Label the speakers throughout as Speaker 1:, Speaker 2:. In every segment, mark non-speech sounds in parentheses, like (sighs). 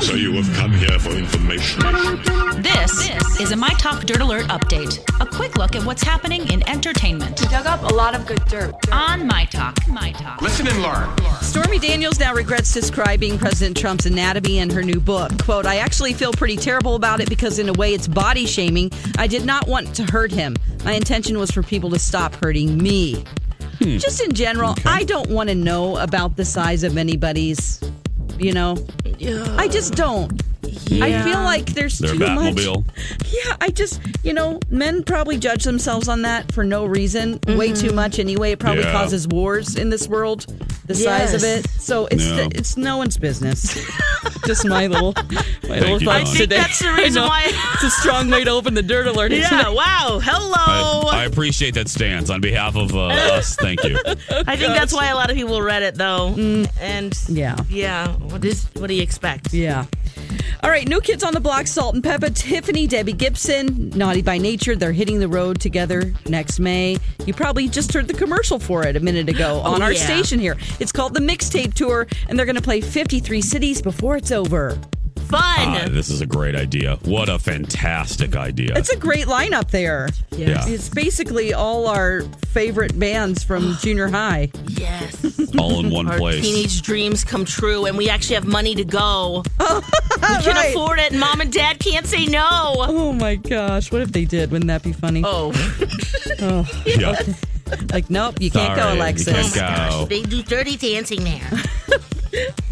Speaker 1: So you have come here for information.
Speaker 2: This, is a My Talk Dirt Alert update. A quick look at what's happening in entertainment
Speaker 3: We dug up a lot of good dirt.
Speaker 2: on My Talk. My Talk.
Speaker 1: Listen and learn.
Speaker 4: Stormy Daniels now regrets describing President Trump's anatomy in her new book. Quote, I actually feel pretty terrible about it because, in a way, it's body shaming. I did not want to hurt him. My intention was for people to stop hurting me. Just in general, I don't want to know about the size of anybody's, you know? I just don't. I feel like there's
Speaker 5: Their
Speaker 4: too much.
Speaker 5: Batmobile.
Speaker 4: Yeah, I just, you know, men probably judge themselves on that for no reason, way too much anyway. It probably
Speaker 5: Yeah.
Speaker 4: causes wars in this world, the size of
Speaker 3: Yes.
Speaker 4: it. So it's
Speaker 5: No.
Speaker 4: it's no one's business. (laughs) just my little my little
Speaker 5: you,
Speaker 4: thoughts
Speaker 5: Dawn. I think
Speaker 4: today.
Speaker 3: that's the reason
Speaker 4: know.
Speaker 3: why-
Speaker 4: it's a strong way to open the dirt alert. isn't
Speaker 3: Yeah,
Speaker 4: it?
Speaker 3: wow.
Speaker 5: I,
Speaker 3: Hello.
Speaker 5: I
Speaker 3: I,
Speaker 5: appreciate that stance on behalf of uh, us. Thank you.
Speaker 3: think that's why a lot of people read it though. And
Speaker 4: Mm. Yeah.
Speaker 3: Yeah. What is what do you expect?
Speaker 4: Yeah. All right, new kids on the block, Salt and Peppa, Tiffany, Debbie Gibson, Naughty by Nature. They're hitting the road together next May. You probably just heard the commercial for it a minute ago
Speaker 5: Oh,
Speaker 4: on our
Speaker 3: yeah.
Speaker 4: station here. It's called the Mixtape Tour, and they're going to play 53 cities before it's over.
Speaker 5: Ah,
Speaker 3: Fun.
Speaker 5: this is a great idea. What a fantastic idea.
Speaker 4: It's a great lineup there.
Speaker 5: Yes. Yeah.
Speaker 4: It's basically all our favorite bands
Speaker 5: (sighs)
Speaker 4: from junior high.
Speaker 3: yes.
Speaker 5: All in one
Speaker 3: Our
Speaker 5: place.
Speaker 3: teenage dreams come true and we actually have money
Speaker 4: (laughs)
Speaker 3: to go. we can
Speaker 4: right.
Speaker 3: afford it. Mom and dad can't say no.
Speaker 4: Oh my gosh, what if they did? Wouldn't that be funny?
Speaker 3: Oh.
Speaker 5: (laughs) yeah.
Speaker 4: Like, nope, you can't go,
Speaker 5: Sorry, you
Speaker 4: Alexis.
Speaker 5: can't go.
Speaker 3: They do dirty dancing there.
Speaker 4: (laughs)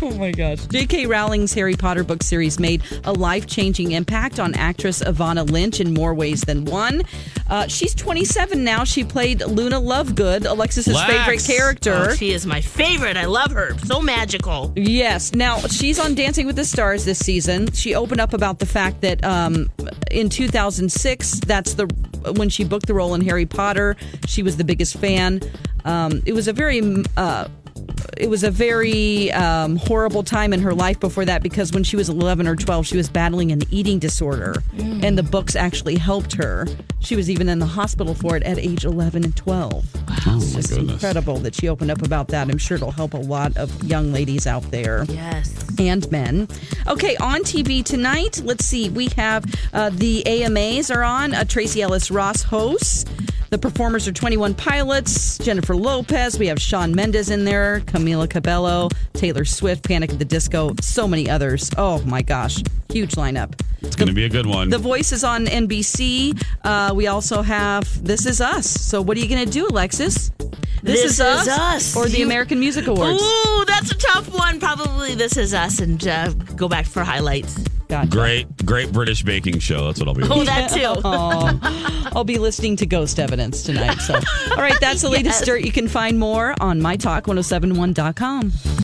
Speaker 4: Oh my gosh. J.K. Rowling's Harry Potter book series made a life changing impact on actress Ivana Lynch in more ways than one. Uh, she's 27 now. She played Luna Lovegood, Alexis's
Speaker 5: Lex.
Speaker 4: favorite character.
Speaker 3: Oh, she is my favorite. I love her. So magical.
Speaker 4: Yes. Now she's on Dancing with the Stars this season. She opened up about the fact that um, in 2006, that's the when she booked the role in Harry Potter. She was the biggest fan. Um, it was a very uh, it was a very um, horrible time in her life before that because when she was 11 or 12, she was battling an eating disorder, and the books actually helped her. She was even in the hospital for it at age 11 and 12
Speaker 5: Oh my
Speaker 4: just
Speaker 5: goodness.
Speaker 4: incredible that she opened up about that. I'm sure it'll help a lot of young ladies out there
Speaker 3: Yes.
Speaker 4: and men. Okay, on TV tonight, let's see. We have uh, the AMAs are on. Uh, Tracy Ellis Ross hosts. The performers are 21 Pilots, Jennifer Lopez. We have Sean Mendes in there, Camila Cabello, Taylor Swift, Panic at the Disco, so many others. Oh my gosh, huge lineup.
Speaker 5: It's going to be a good one.
Speaker 4: The Voice is on NBC. Uh, we also have This Is Us. So what are you going to do, Alexis?
Speaker 3: This Is Us.
Speaker 4: or the
Speaker 3: You-
Speaker 4: American Music Awards?
Speaker 3: Ooh, that's a tough one. Probably this is us, and uh, go back for highlights.
Speaker 4: God.
Speaker 5: great, great British baking show. That's what I'll be.
Speaker 3: Oh,
Speaker 5: watching.
Speaker 4: (laughs)
Speaker 3: that too.
Speaker 4: Aw. I'll be listening to Ghost Evidence
Speaker 3: (laughs)
Speaker 4: oh tonight. So, all right, that's the latest dirt. You can find more on mytalk1071.com.